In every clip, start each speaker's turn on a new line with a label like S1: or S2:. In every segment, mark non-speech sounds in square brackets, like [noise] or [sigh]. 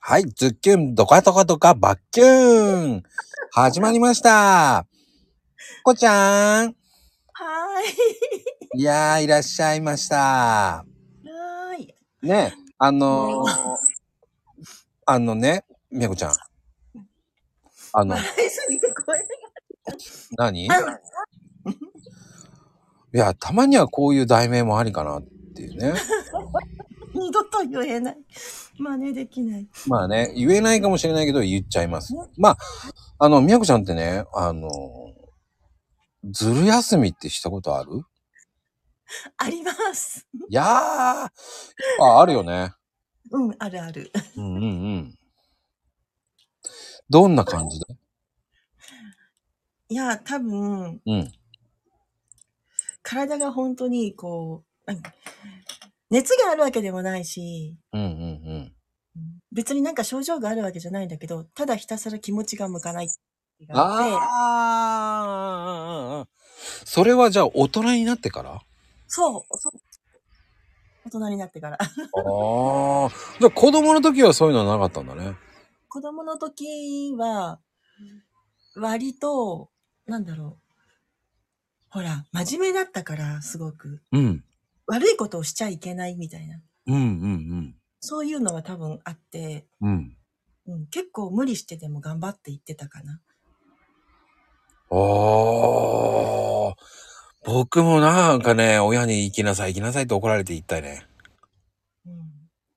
S1: はい、ズッキュン、ドカドカドカ、バッキューン。始まりました。こちゃん。
S2: はー
S1: いやー、いらっしゃいました。
S2: い。はーい。
S1: ね、あのー、あのね、みやこちゃん。あの
S2: 前、すぎて声
S1: 何い
S2: が。 [laughs] あ
S1: や、たまにはこういう題名もありかなっていうね。
S2: 二度と言えない。真似できない。
S1: まあね、言えないかもしれないけど、言っちゃいます。まあ、あの、みやこちゃんってね、あのー、ずる休みってしたことある
S2: あります。
S1: いやー、やっぱあるよね。
S2: うん、あるある。
S1: うんうんうん。どんな感じで
S2: いや、多分、
S1: うん。
S2: 体が本当に、こう、なんか、熱があるわけでもないし、
S1: うんうん
S2: 別になんか症状があるわけじゃないんだけど、ただひたすら気持ちが向かないっていう
S1: うん。
S2: のがあって
S1: ああそれはじゃあ大人になってからあ
S2: そう、そう。大人になってから。
S1: あ。じゃあ子供の時はそういうのはなかったんだね。
S2: 子供の時は、割と、なんだろう。ほら、真面目だったから、すごく。
S1: うん。
S2: 悪いことをしちゃいけないみたいな。
S1: うんうん
S2: そういうのは多分あって、
S1: うん。うん。
S2: うん、結構無理してでも頑張っていってたかな。
S1: ああ。僕もなんかね、親に行きなさい行きなさいって怒られて行ったよね。
S2: うん、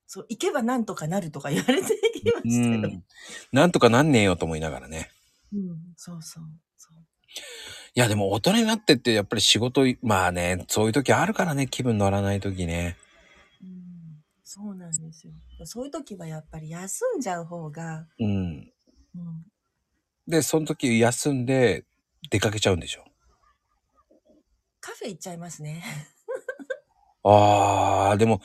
S2: そう、行けばなんとかなるとか言われていま
S1: う
S2: [laughs] したけど。
S1: ん。なんとかなんねえよと思いながらね。
S2: うん、そうそうそう。
S1: いやでも大人になってってやっぱり仕事いまあねそういう時あるからね気分乗らない時ね
S2: うん、そうなんですよ。そういう時はやっぱり休んじゃう方が、
S1: うん
S2: うん、
S1: でその時休んで出かけちゃうんでしょ
S2: カフェ行っちゃいますね。
S1: あーでも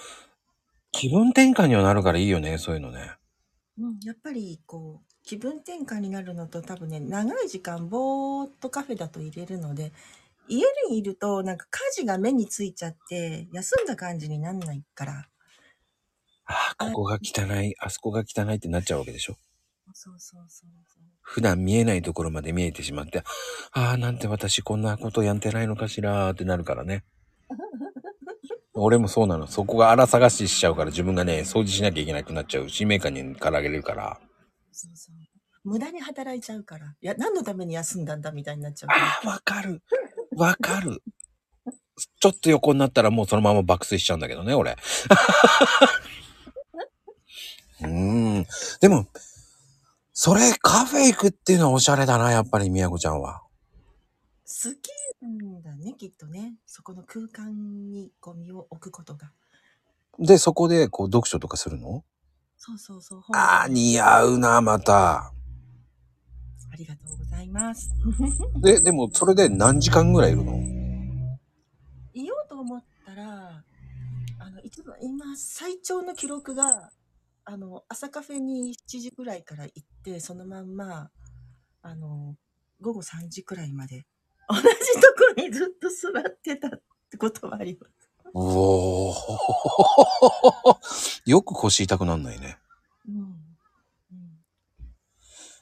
S1: 気分転換にはなるからいいよねそういうのね
S2: うん、やっぱりこう気分転換になるのと多分ね長い時間ぼーっとカフェだと入れるので家にいるとなんか家事が目についちゃって休んだ感じになんないから
S1: あーここが汚いあそこが汚いってなっちゃうわけでしょ
S2: そうそうそうそう
S1: 普段見えないところまで見えてしまってあーなんて私こんなことやってないのかしらーってなるからね俺もそうなのそこが荒探ししちゃうから自分がね掃除しなきゃいけなくなっちゃう使命感に駆られるから
S2: そうそう無駄に働いちゃうからいや何のために休んだんだみたいになっちゃうから
S1: ああ、わかる。わかる。ちょっと横になったらもうそのまま爆睡しちゃうんだけどね、俺。うーん。でも、それカフェ行くっていうのはおしゃれだな、やっぱり、みやこちゃんは。
S2: 好きなんだねきっとねそこの空間にこう身を置くことが
S1: で、そこで、こう、読書とかするの
S2: そうそうそう本
S1: ああ、
S2: 当に
S1: 似合うな、また。
S2: ありがとうございます
S1: で、でも、それで何時間ぐらいいるの
S2: いようと思ったら、あの、一番、今、最長の記録が、あの、朝カフェに7時くらいから行って、そのまんま、あの、午後3時くらいまで、同じとこにずっと座ってたってことはあります。
S1: うおー。よく腰痛くなんないね。
S2: うん。うん。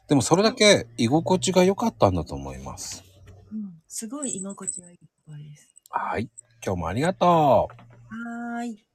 S1: でも、それだけ居心地が良かったんだと思います。
S2: うん。すごい居心地がいいところです。
S1: はい。今日もありがとう。
S2: はーい。